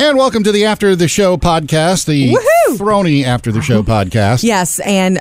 And welcome to the After the Show podcast, the Woohoo! Uh-huh. Throny After the Show podcast. Yes, and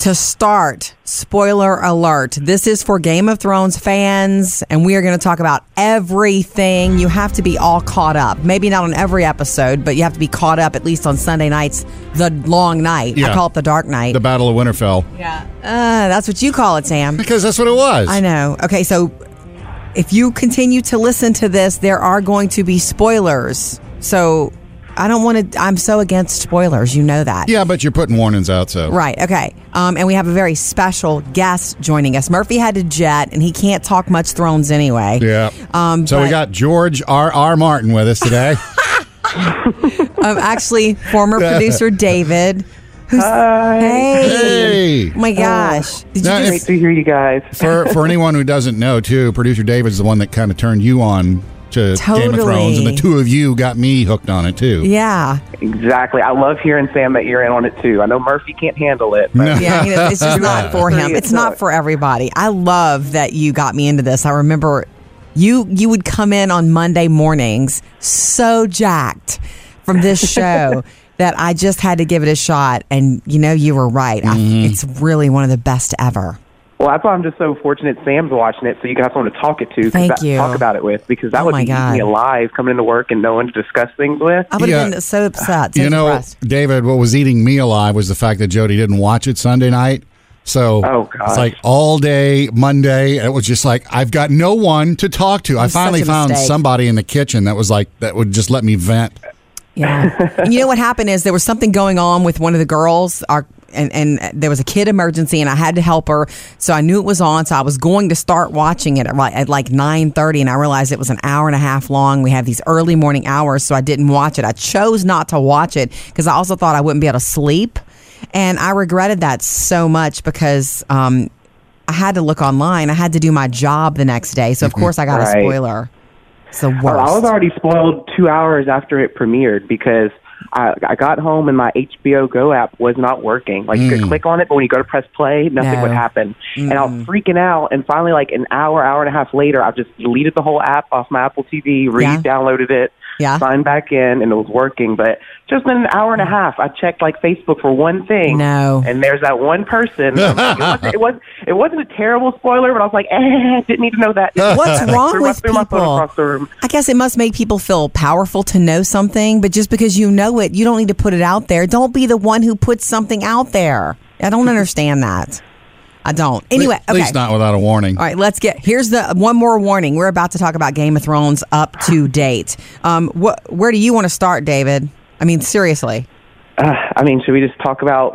to start, spoiler alert. This is for Game of Thrones fans, and we are going to talk about everything. You have to be all caught up. Maybe not on every episode, but you have to be caught up at least on Sunday nights, the long night. Yeah. I call it the dark night. The Battle of Winterfell. yeah. Uh, that's what you call it, Sam. Because that's what it was. I know. Okay, so if you continue to listen to this, there are going to be spoilers. So I don't want to, I'm so against spoilers. You know that. Yeah, but you're putting warnings out, so. Right. Okay. Um, and we have a very special guest joining us. Murphy had to jet, and he can't talk much Thrones anyway. Yeah. Um, so we but- got George R. R. Martin with us today. Um, actually, former producer David. Who's, Hey. hey. Oh my gosh. Did you Now, just, if- Great to hear you guys. for for anyone who doesn't know, too, producer David's the one that kind of turned you on to Game Totally. of Thrones, and the two of you got me hooked on it too. yeah. Exactly. I love hearing Sam that you're in on it too. I know Murphy can't handle it. But Yeah, you know, it's just not for him. It's not for everybody. I love that you got me into this. I remember you you would come in on Monday mornings so jacked from this show that I just had to give it a shot. And you know, you were right. I, Mm-hmm. it's really one of the best ever. Well, that's why I'm just so fortunate Sam's watching it, so you can have someone to talk it to, 'cause Thank that- you. talk about it with, because that Oh would my be eating God. me alive coming into work and no one to discuss things with. I would Yeah. have been so upset. So you know, depressed. David, what was eating me alive was the fact that Jody didn't watch it Sunday night. So Oh, gosh. it's like all day Monday. It was just like I've got no one to talk to. I was such finally a found mistake. somebody in the kitchen that was like that would just let me vent. Yeah. and you know what happened is there was something going on with one of the girls. Our and, and there was a kid emergency and I had to help her. So I knew it was on. So I was going to start watching it at like, at like 9.30 and I realized it was an hour and a half long. We have these early morning hours. So I didn't watch it. I chose not to watch it because I also thought I wouldn't be able to sleep. And I regretted that so much because um, I had to look online. I had to do my job the next day. So of course I got a Mm-hmm. Right. spoiler. It's the worst. Well, I was already spoiled two hours after it premiered because I, I got home and my HBO Go app was not working. Like you could Mm. click on it, but when you go to press play, nothing No. would happen. And I Mm. was freaking out. And finally, like an hour, hour and a half later, I just deleted the whole app off my Apple TV, re-downloaded it, Yeah. signed back in, and it was working. But just in an hour and a half, I checked like Facebook for one thing. No. And there's that one person. I'm like, it, wasn't, it wasn't. It wasn't a terrible spoiler, but I was like, eh, didn't need to know that. What's wrong Threw my- with threw my phone people? across the room. I guess it must make people feel powerful to know something, but just because you know it, you don't need to put it out there. Don't be the one who puts something out there. I don't understand that. I don't. Anyway, at okay. least not without a warning. All right, let's get here's the one more warning. We're about to talk about Game of Thrones up to date. Um, what where do you want to start, David? I mean, seriously. Uh, I mean, should we just talk about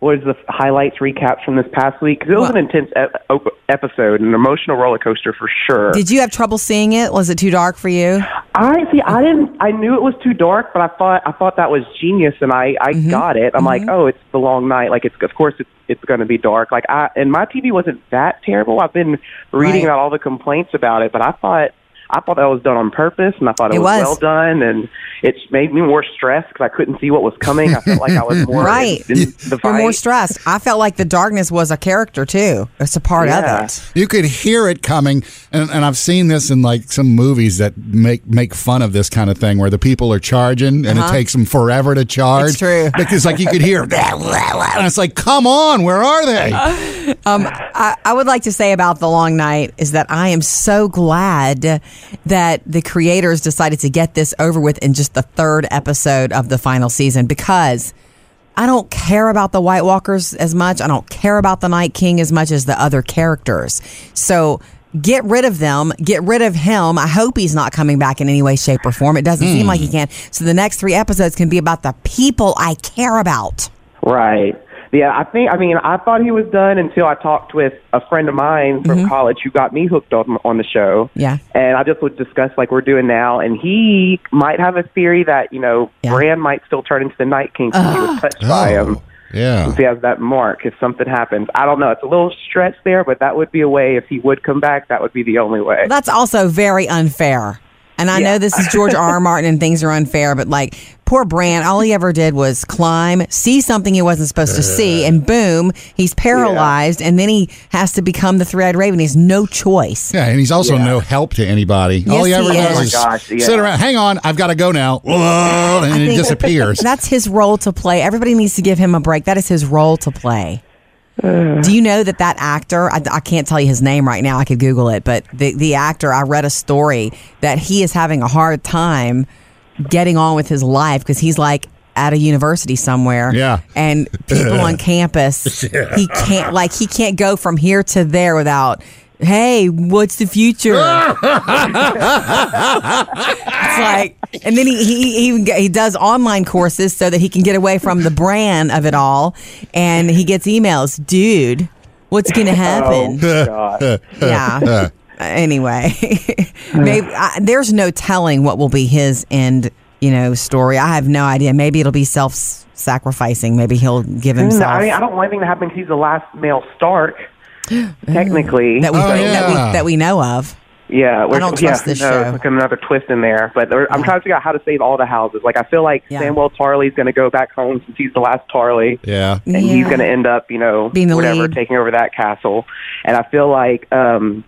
what is the highlights recaps from this past week? 'Cause it was Well- an intense ep- op- episode, an emotional roller coaster for sure. Did you have trouble seeing it? Was it too dark for you? I see. I didn't. I knew it was too dark, but I thought I thought that was genius, and I I Mm-hmm. got it. I'm like, oh, it's the long night. Like it's of course it's it's going to be dark. Like I and my TV wasn't that terrible. I've been reading Right. about all the complaints about it, but I thought. I thought that was done on purpose, and I thought it, It was. well done, and it made me more stressed because I couldn't see what was coming. I felt like I was more Right. in the You're more fight. stressed. I felt like the darkness was a character too. It's a part Yeah. of it. You could hear it coming, and, and I've seen this in like some movies that make make fun of this kind of thing, where the people are charging and it takes them forever to charge. Uh-huh. It's true. because like you could hear, and it's like, come on, where are they? Um, I, I would like to say about the long night is that I am so glad that the creators decided to get this over with in just the third episode of the final season because I don't care about the White Walkers as much. I don't care about the Night King as much as the other characters. So get rid of them. Get rid of him. I hope he's not coming back in any way, shape, or form. It doesn't seem like he can. So the next three episodes can be about the people I care about. Right. Yeah, I think. I mean, I thought he was done until I talked with a friend of mine from college who got me hooked on on the show. Mm-hmm. Yeah. And I just would discuss like we're doing now, and he might have a theory that you know Yeah. Bran might still turn into the Night King because he was touched by him. Oh, yeah. If he has that mark, if something happens, I don't know. It's a little stretch there, but that would be a way. If he would come back, that would be the only way. That's also very unfair. And I know this is George R. R. Martin and things are unfair, but like poor Brand, all he ever did was climb, see something he wasn't supposed to see, and boom, he's paralyzed, and then he has to become the Thread Raven. He has no choice. Yeah, and he's also Yeah. no help to anybody. All he Yes, ever he does is. is Oh my gosh, yeah. sit around. Hang on, I've got to go now, Whoa, and I he think- disappears. That's his role to play. Everybody needs to give him a break. That is his role to play. Do you know that that actor? I, I can't tell you his name right now. I could Google it, but the the actor. I read a story that he is having a hard time getting on with his life because he's like at a university somewhere. Yeah. and people on campus, he can't like he can't go from here to there without. Hey, what's the future? It's like, and then he, he he even get- he does online courses so that he can get away from the brand of it all, and he gets emails, dude. What's gonna Oh, happen? God. Yeah. anyway, maybe I, there's no telling what will be his end. You know, story. I have no idea. Maybe it'll be self-sacrificing. Maybe he'll give No, himself I mean, I don't want anything to happen 'cause he's the last male Stark, technically. that we Oh, that we yeah. that we know of. Yeah, we're, don't yeah, trust this no, show. it's like another twist in there, but there, I'm trying to figure out how to save all the houses. Like I feel like Yeah. Samuel Tarley's going to go back home since he's the last Tarley, yeah. and he's Yeah. going to end up, you know, Being the whatever, lead. taking over that castle. And I feel like um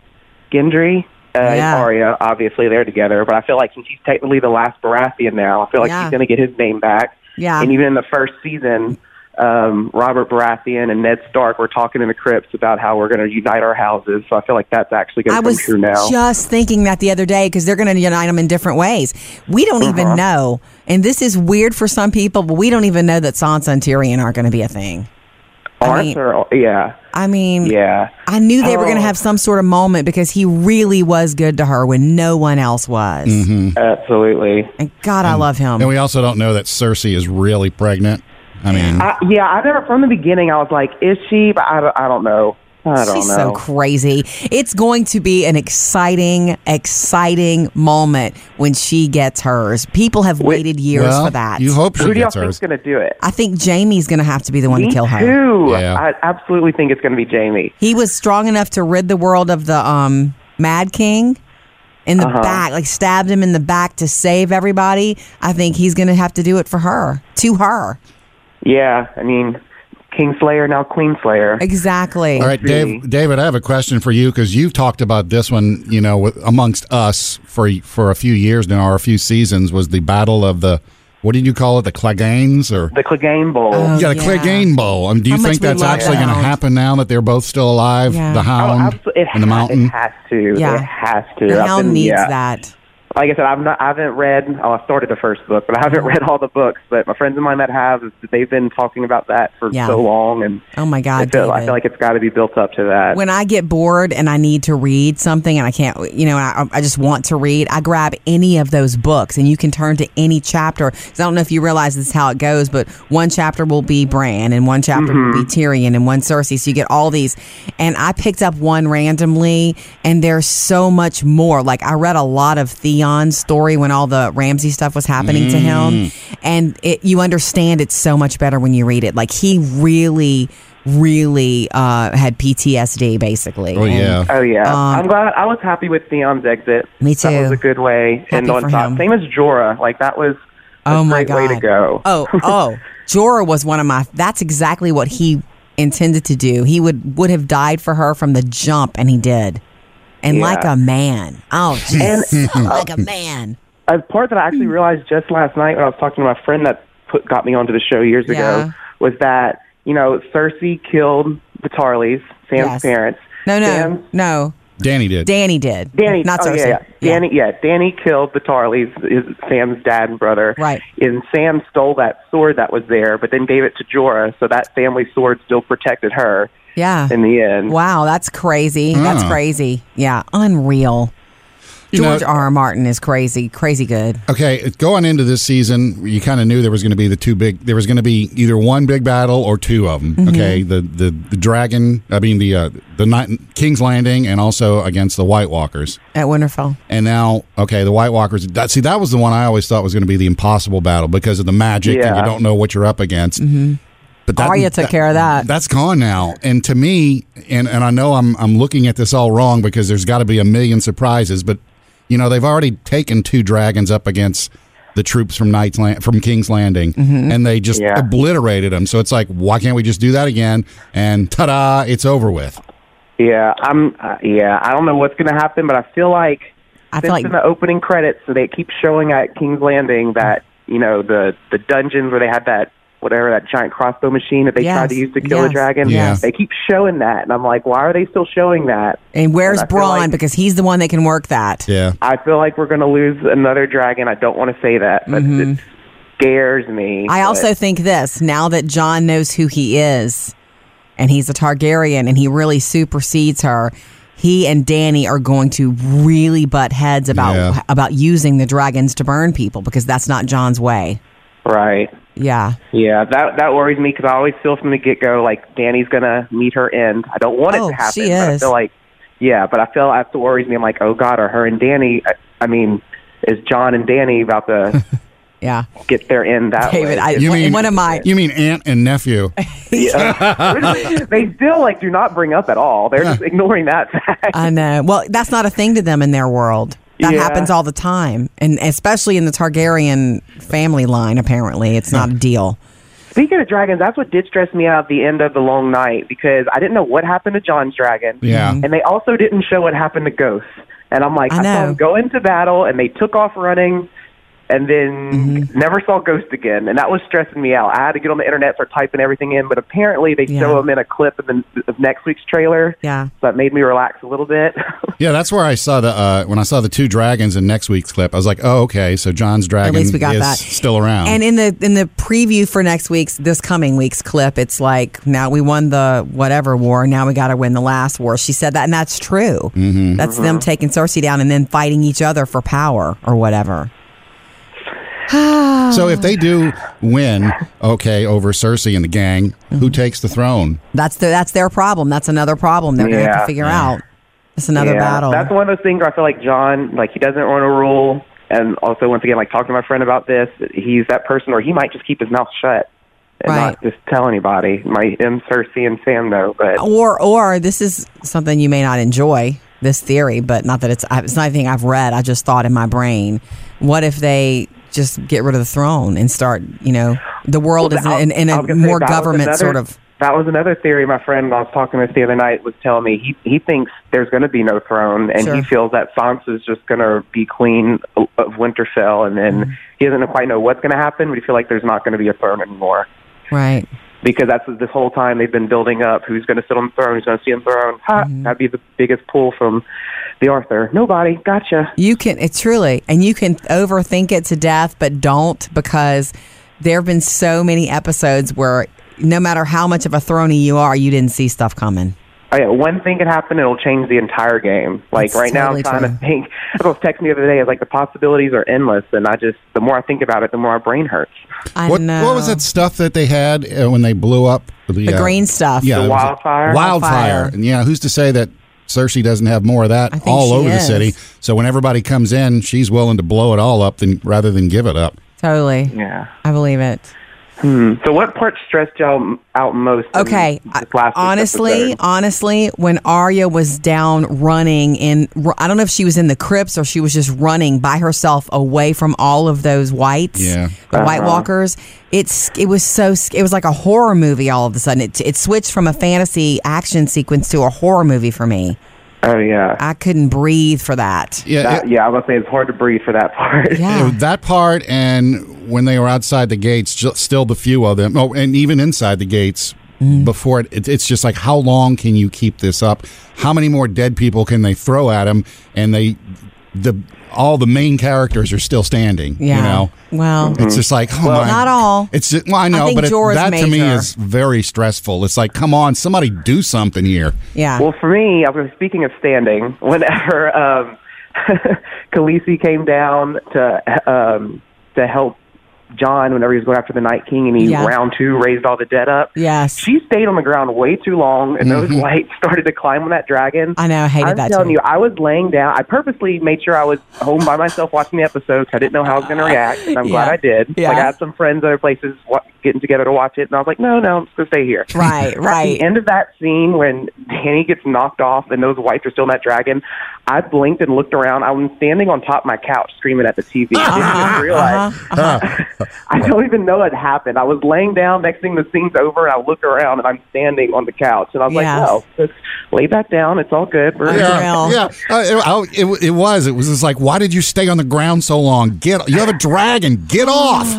Gendry. Uh, Yeah. and Arya, obviously, they're together, but I feel like since he's technically the last Baratheon now, I feel like Yeah. he's going to get his name back. Yeah. And even in the first season, um, Robert Baratheon and Ned Stark were talking in the crypts about how we're going to unite our houses. So I feel like that's actually going I to come was true now. just thinking that the other day because they're going to unite them in different ways. We don't Uh-huh. even know, and this is weird for some people, but we don't even know that Sansa and Tyrion aren't going to be a thing. I mean- Arthur, yeah, I mean, yeah, I knew they were going to Oh. have some sort of moment because he really was good to her when no one else was. Mm. absolutely. And God, I love him. Mm-hmm. And we also don't know that Cersei is really pregnant. I mean, I, yeah, I never from the beginning. I was like, is she? But I don't, I don't know. I don't She's know. so crazy. It's going to be an exciting, exciting moment when she gets hers. People have waited years well, for that. you hope she Who do y'all gets think's hers. going to do it? I think Jamie's going to have to be the one Me to kill her. too. Yeah. I absolutely think it's going to be Jamie. He was strong enough to rid the world of the um, Mad King in the Uh-huh. back, like stabbed him in the back to save everybody. I think he's going to have to do it for her, to her. Yeah, I mean, Kingslayer now Queenslayer. Exactly. All right, Dave, David, I have a question for you because you've talked about this one, you know, with, amongst us for for a few years now, or a few seasons. Was the battle of the what did you call it, the Cleganes or The Clegane Bowl. Oh, yeah, the yeah. Clegane Bowl? Um, do you How much think we that's love actually that. going to happen now that they're both still alive? Yeah. The Oh, Hound abso- it, and the ha- Mountain. it has to. Yeah. It has to. The I've hound been- needs yeah. that. Like I said, I've not, I haven't read. Oh, I started the first book, but I Oh. haven't read all the books. But my friends of mine that have, they've been talking about that for Yeah. so long, and Oh my God, I feel, I David. feel like it's got to be built up to that. When I get bored and I need to read something and I can't, you know, I, I just want to read, I grab any of those books and you can turn to any chapter. 'Cause I don't know if you realize this is how it goes, but one chapter will be Bran and one chapter will be Tyrion and one Cersei. So you get all these. And I picked up one randomly and there's so much more. Like I read a lot of Theon's story when all the Ramsey stuff was happening to him. And it, you understand it so much better when you read it. Like he really really uh, had PTSD, basically. oh And- yeah, Oh yeah, I'm glad. I was happy with Theon's exit. um, Me That was too. a good way. and Happy on for top, him. same as Jorah. Like that was a oh my great god! way to go. Oh oh, Jorah was one of my. That's exactly what he intended to do. He would would have died for her from the jump, and he did. And Yeah. like a man. Oh, And- jeez. like a man. a part that I actually Hmm. realized just last night when I was talking to my friend that put, got me onto the show years Yeah. ago was that you know Cersei killed the Tarleys, Sam's Yes. parents. No, no, Sam- no. Danny did. Danny did. Danny, not oh, Cersei. yeah, yeah. Danny, yeah, Danny killed the Tarleys, his, Sam's dad and brother. Right. And Sam stole that sword that was there, but then gave it to Jorah, so that family sword still protected her Yeah. in the end. Wow, that's crazy. That's Huh. crazy. Yeah, unreal. You know- George R. R. Martin is crazy, crazy good. Okay, going into this season, you kind of knew there was going to be the two big. There was going to be either one big battle or two of Mm-hmm. them. Okay, the, the the dragon. I mean the uh, the night, King's Landing, and also against the White Walkers. At Winterfell. And now, okay, the White Walkers. That, see, that was the one I always thought was going to be the impossible battle because of the magic, and you Yeah. don't know what you're up against. Mm-hmm. But that, Arya took care of that. That's gone now. And to me, and and I know I'm I'm looking at this all wrong because there's got to be a million surprises, but. You know, they've already taken two dragons up against the troops from Knights Land, from King's Landing, Mm-hmm. and they just Yeah. obliterated them. So it's like, why can't we just do that again? And ta-da, it's over with. Yeah, I'm. Uh, yeah, I don't know what's going to happen, but I feel like I feel since like- in the opening credits, so they keep showing at King's Landing that you know the the dungeons where they had that whatever that giant crossbow machine that they Yes, tried to use to kill yes, a dragon. yes. They keep showing that, and I'm like, why are they still showing that? And where's And I feel Braun? like- because he's the one that can work that. Yeah. I feel like we're going to lose another dragon. I don't want to say that, but it scares me. I but- also think this now that John knows who he is and he's a Targaryen and he really supersedes her, he and Danny are going to really butt heads about Yeah. about using the dragons to burn people because that's not John's way. right. Yeah. Yeah, that that worries me because I always feel from the get go like Danny's gonna meet her end. I don't want Oh, it to happen. she but I is. feel like, yeah, but I feel that's what worries me. I'm like, oh God, are her and Danny? I, I mean, is John and Danny about to Yeah. get their end that David, way? I, You one, mean one of my You mean aunt and nephew? they still like do not bring up at all. They're just ignoring that fact. I know. Well, that's not a thing to them in their world. That Yeah. happens all the time, and especially in the Targaryen family line. Apparently, it's not a deal. Speaking of dragons, that's what did stress me out at the end of the long night because I didn't know what happened to John's dragon. Yeah. And they also didn't show what happened to Ghost. And I'm like, Mm-hmm. I I, know. saw him go into battle and they took off running and then Mm-hmm. never saw Ghost again. And that was stressing me out. I had to get on the internet, start typing everything in, but apparently they Yeah. show him in a clip of, the, of next week's trailer. Yeah. So that made me relax a little bit. Yeah, that's where I saw the uh, when I saw the two dragons in next week's clip. I was like, oh, okay, so John's dragon least we got is that. still around. And in the in the preview for next week's this coming week's clip, it's like now we won the whatever war, now we got to win the last war. She said that, and that's true. Mm-hmm. That's Uh-huh. them taking Cersei down and then fighting each other for power or whatever. so Oh. if they do win, okay, over Cersei and the gang, Mm-hmm. who takes the throne? That's the that's their problem. That's another problem they're going to have to Yeah. figure out. It's another yeah. battle. That's one of those things where I feel like John, like, he doesn't want to rule. And also, once again, like, talking to my friend about this, he's that person where he might just keep his mouth shut. And Right. not just tell anybody. My him, Cersei, and Sam though, but or or this is something you may not enjoy this theory but not that it's I- it's not anything i've read i just thought in my brain what if they just get rid of the throne and start you know the world Well, is in, in I a was gonna say, more that was government another- sort of That was another theory. My friend I was talking with the other night was telling me he he thinks there's going to be no throne, and Sure. he feels that Sansa's just going to be queen o- of Winterfell, and Mm-hmm. then he doesn't quite know what's going to happen. But he feel like there's not going to be a throne anymore right because that's this whole time they've been building up who's going to sit on the throne, who's going to see on the throne. Ha! Mm-hmm. That'd be the biggest pull from the Arthur. Nobody, gotcha. You can, it truly, and you can overthink it to death, but don't because there have been so many episodes where no matter how much of a throny you are, you didn't see stuff coming. Oh, yeah, one thing could happen, it'll change the entire game. Like That's right now, totally I'm trying true. to think. I was texting the other day. I was like, the possibilities are endless, and I just the more I think about it, the more my brain hurts. I What, know. what was that stuff that they had uh, when they blew up the, The uh, green stuff. Yeah, The it was a- wildfire? Wildfire. Wildfire. And yeah, who's to say that Cersei doesn't have more of I that think all she over is. the city? So when everybody comes in, she's willing to blow it all up than rather than give it up. Totally. Yeah. I believe it. So what part stressed y'all out most? in Okay. this I- last week's honestly, episode? honestly, when Arya was down running in, I don't know if she was in the crypts or she was just running by herself away from all of those whites, Yeah. the Uh-huh. White Walkers. It's it was so sc- it was like a horror movie. All of a sudden, it it switched from a fantasy action sequence to a horror movie for me. oh yeah, I couldn't breathe for that. Yeah, That- it- yeah. I was gonna say it's hard to breathe for that part. Yeah. That part, and when they were outside the gates, ju- still the few of them. Oh, and even inside the gates Hmm. before it, it, it's just like, how long can you keep this up? How many more dead people can they throw at him? And they, the all the main characters are still standing. Yeah. You know, Well, it's just like, oh my, not all. It's just, well, I know, think but it, Jorah's that to me major. is very stressful. It's like, come on, somebody do something here. yeah. Well, for me, I was speaking of standing. Whenever um, Khaleesi came down to um, to help John whenever he was going after the Night King and he Yeah. round two raised all the dead up. Yes. She stayed on the ground way too long and those lights started to climb on that dragon. Mm-hmm. I know. I hated I'm that telling too. you, I was laying down. I purposely made sure I was home by myself watching the episode 'cause I didn't know how I was going to react. And I'm glad Yeah. I did. Yeah. Like I had some friends other places wa- getting together to watch it, and I was like, no, no, I'm just going to stay here. Right, At right. the end of that scene when Danny gets knocked off and those whites are still in that dragon, I blinked and looked around. I was standing on top of my couch screaming at the TV. I didn't Uh-huh. even realize. I don't even know it happened. I was laying down. Next thing, the scene's over, and I look around and I'm standing on the couch, and I was Yes. like, "No, just lay back down. It's all good." We're Yeah, Unreal. yeah. Uh, it, I- it, it was. It was just like, why did you stay on the ground so long? Get you have a dragon. Get Oh. off.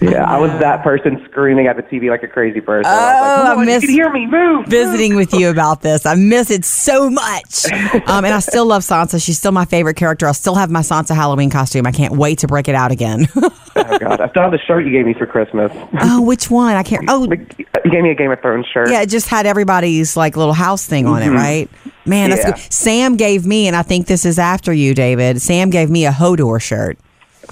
Yeah, I was that person screaming at the TV like a crazy person. I was Oh, like, I "Come on, miss- you can hear me move. visiting with you about this. I miss it so much. Um, and I still love Sansa. She's still my favorite character. I still have my Sansa Halloween costume. I can't wait to break it out again. Oh God, I still have the shirt you gave me for Christmas. oh, which one? I can't. Oh, You gave me a Game of Thrones shirt. yeah. It just had everybody's like little house thing on it, right? Man, that's Mm-hmm. Yeah. good. Sam gave me, and I think this is after you, David. Sam gave me a Hodor shirt.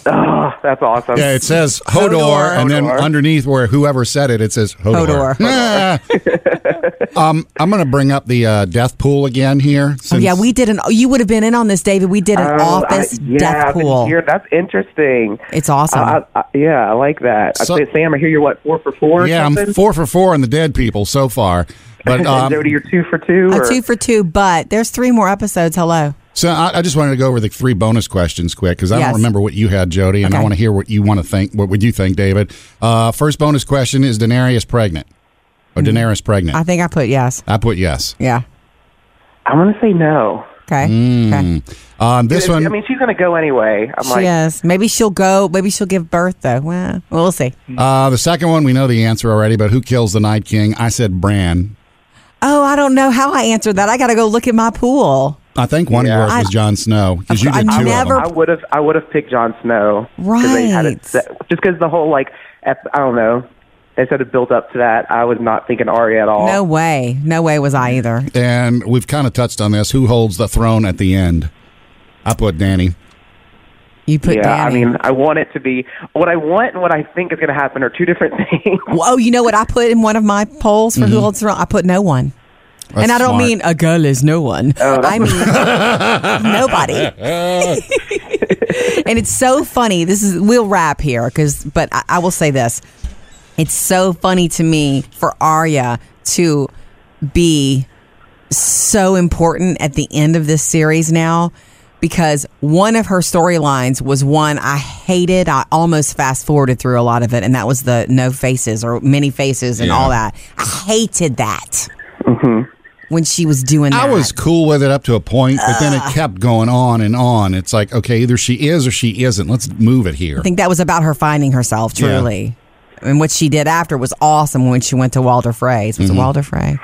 Oh, that's awesome. Yeah, it says Hodor, Hodor. and then Hodor. underneath where whoever said it, it says Hodor. Hodor. Yeah. um, I'm going to bring up the uh, death pool again here. Oh, since- yeah, we did an. You would have been in on this, David. We did an Oh, office I, yeah, Uh, death I've been pool. here. That's interesting. It's awesome. I, I, I, yeah, I like that. So- I say, Sam, I hear you're what four for four? Or Yeah, I'm something? four for four on the dead people so far. But and um, Jody, you're two for two. a or- Uh, two for two, but there's three more episodes. Hello. so I, I just wanted to go over the three bonus questions quick because I Yes. don't remember what you had, Jody, and I Okay. want to hear what you want to think. What would you think, David? Uh, first bonus question is Daenerys pregnant or Daenerys pregnant? Mm. I think I put yes. I put yes. Yeah. I'm gonna say no. Okay. okay. Um, this one, I mean, she's gonna go anyway. I'm She like, is. Maybe she'll go. Maybe she'll give birth though. Well, we'll see. uh, the second one, we know the answer already. But who kills the Night King? I said Bran. Oh, I don't know how I answered that. I got to go look at my pool. I think one Yeah. of yours was I- Jon Snow because you I did two never- of I them. would have, I would have picked Jon Snow. 'cause They had Right. it set, just because the whole like, ep- I don't know. Instead of built up to that, I was not thinking Arya at all. No way. No way was I either. And we've kind of touched on this. Who holds the throne at the end? I put Danny. You put yeah, Danny. I mean, I want it to be what I want and what I think is going to happen are two different things. oh, you know what I put in one of my polls for who holds the throne? I put no one. That's and I don't smart. mean a girl is no one. I mean nobody. and it's so funny. This is we'll wrap here because, but I, I will say this: it's so funny to me for Arya to be so important at the end of this series now because one of her storylines was one I hated. I almost fast forwarded through a lot of it, and that was the no faces or many faces and Yeah. all that. I hated that. When she was doing that, I was cool with it up to a point, but then it kept going on and on. It's like, okay, either she is or she isn't. Let's move it here. I think that was about her finding herself Yeah. truly. And what she did after was awesome when she went to Walder Frey's. Mm-hmm. Was it Walder Frey?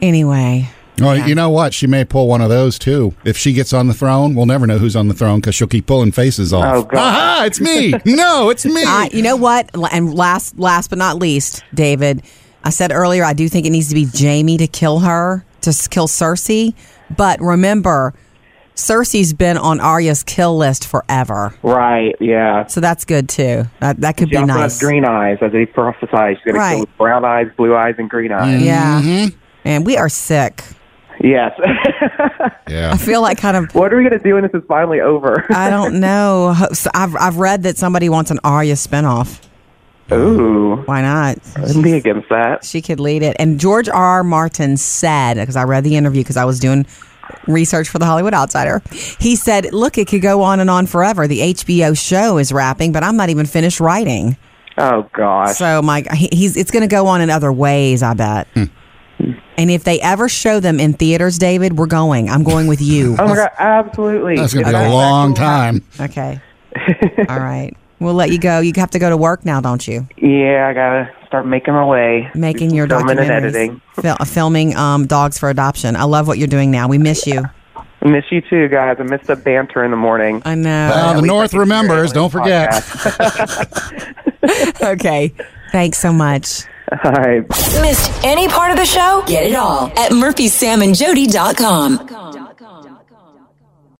anyway. Well, you know what? She may pull one of those too. If she gets on the throne, we'll never know who's on the throne because she'll keep pulling faces off. Oh, God. Aha! It's me. no, it's me. I, you know what? L- And last last but not least, David, I said earlier I do think it needs to be Jamie to kill her, to s- kill Cersei, but remember Cersei's been on Arya's kill list forever. Right? Yeah. So that's good too. That that could She be also nice. has green eyes, as they prophesied. She's going Right. Mm-hmm. to kill with brown eyes, blue eyes, and green eyes. yeah. Mm-hmm. And we are sick. Yes. yeah. I feel like kind of what are we going to do when this is finally over? I don't know. Ho- so I've I've read that somebody wants an Arya spinoff. Ooh, Why not? I'd be against that. She could lead it. And George R. R. Martin said, because I read the interview, because I was doing research for the Hollywood Outsider. He said, "Look, it could go on and on forever. The HBO show is wrapping, but I'm not even finished writing. Oh gosh. So, Mike, he- he's it's going to go on in other ways. I bet." And if they ever show them in theaters, David, we're going. I'm going with you. Oh my god, absolutely. That's going to be Okay. a long time. Okay. All right. We'll let you go. You have to go to work now, don't you? Yeah, I gotta start making my way. Making Do your some filming documentaries, and editing. Fil- filming um, dogs for adoption. I love what you're doing now. We miss you. I miss you too, guys. I miss the banter in the morning. I know. Well, At Uh, the least I North can hear it remembers. on Don't the forget. podcast. okay. Thanks so much. All right. Missed any part of the show? Get it all at murphysamandjody.com.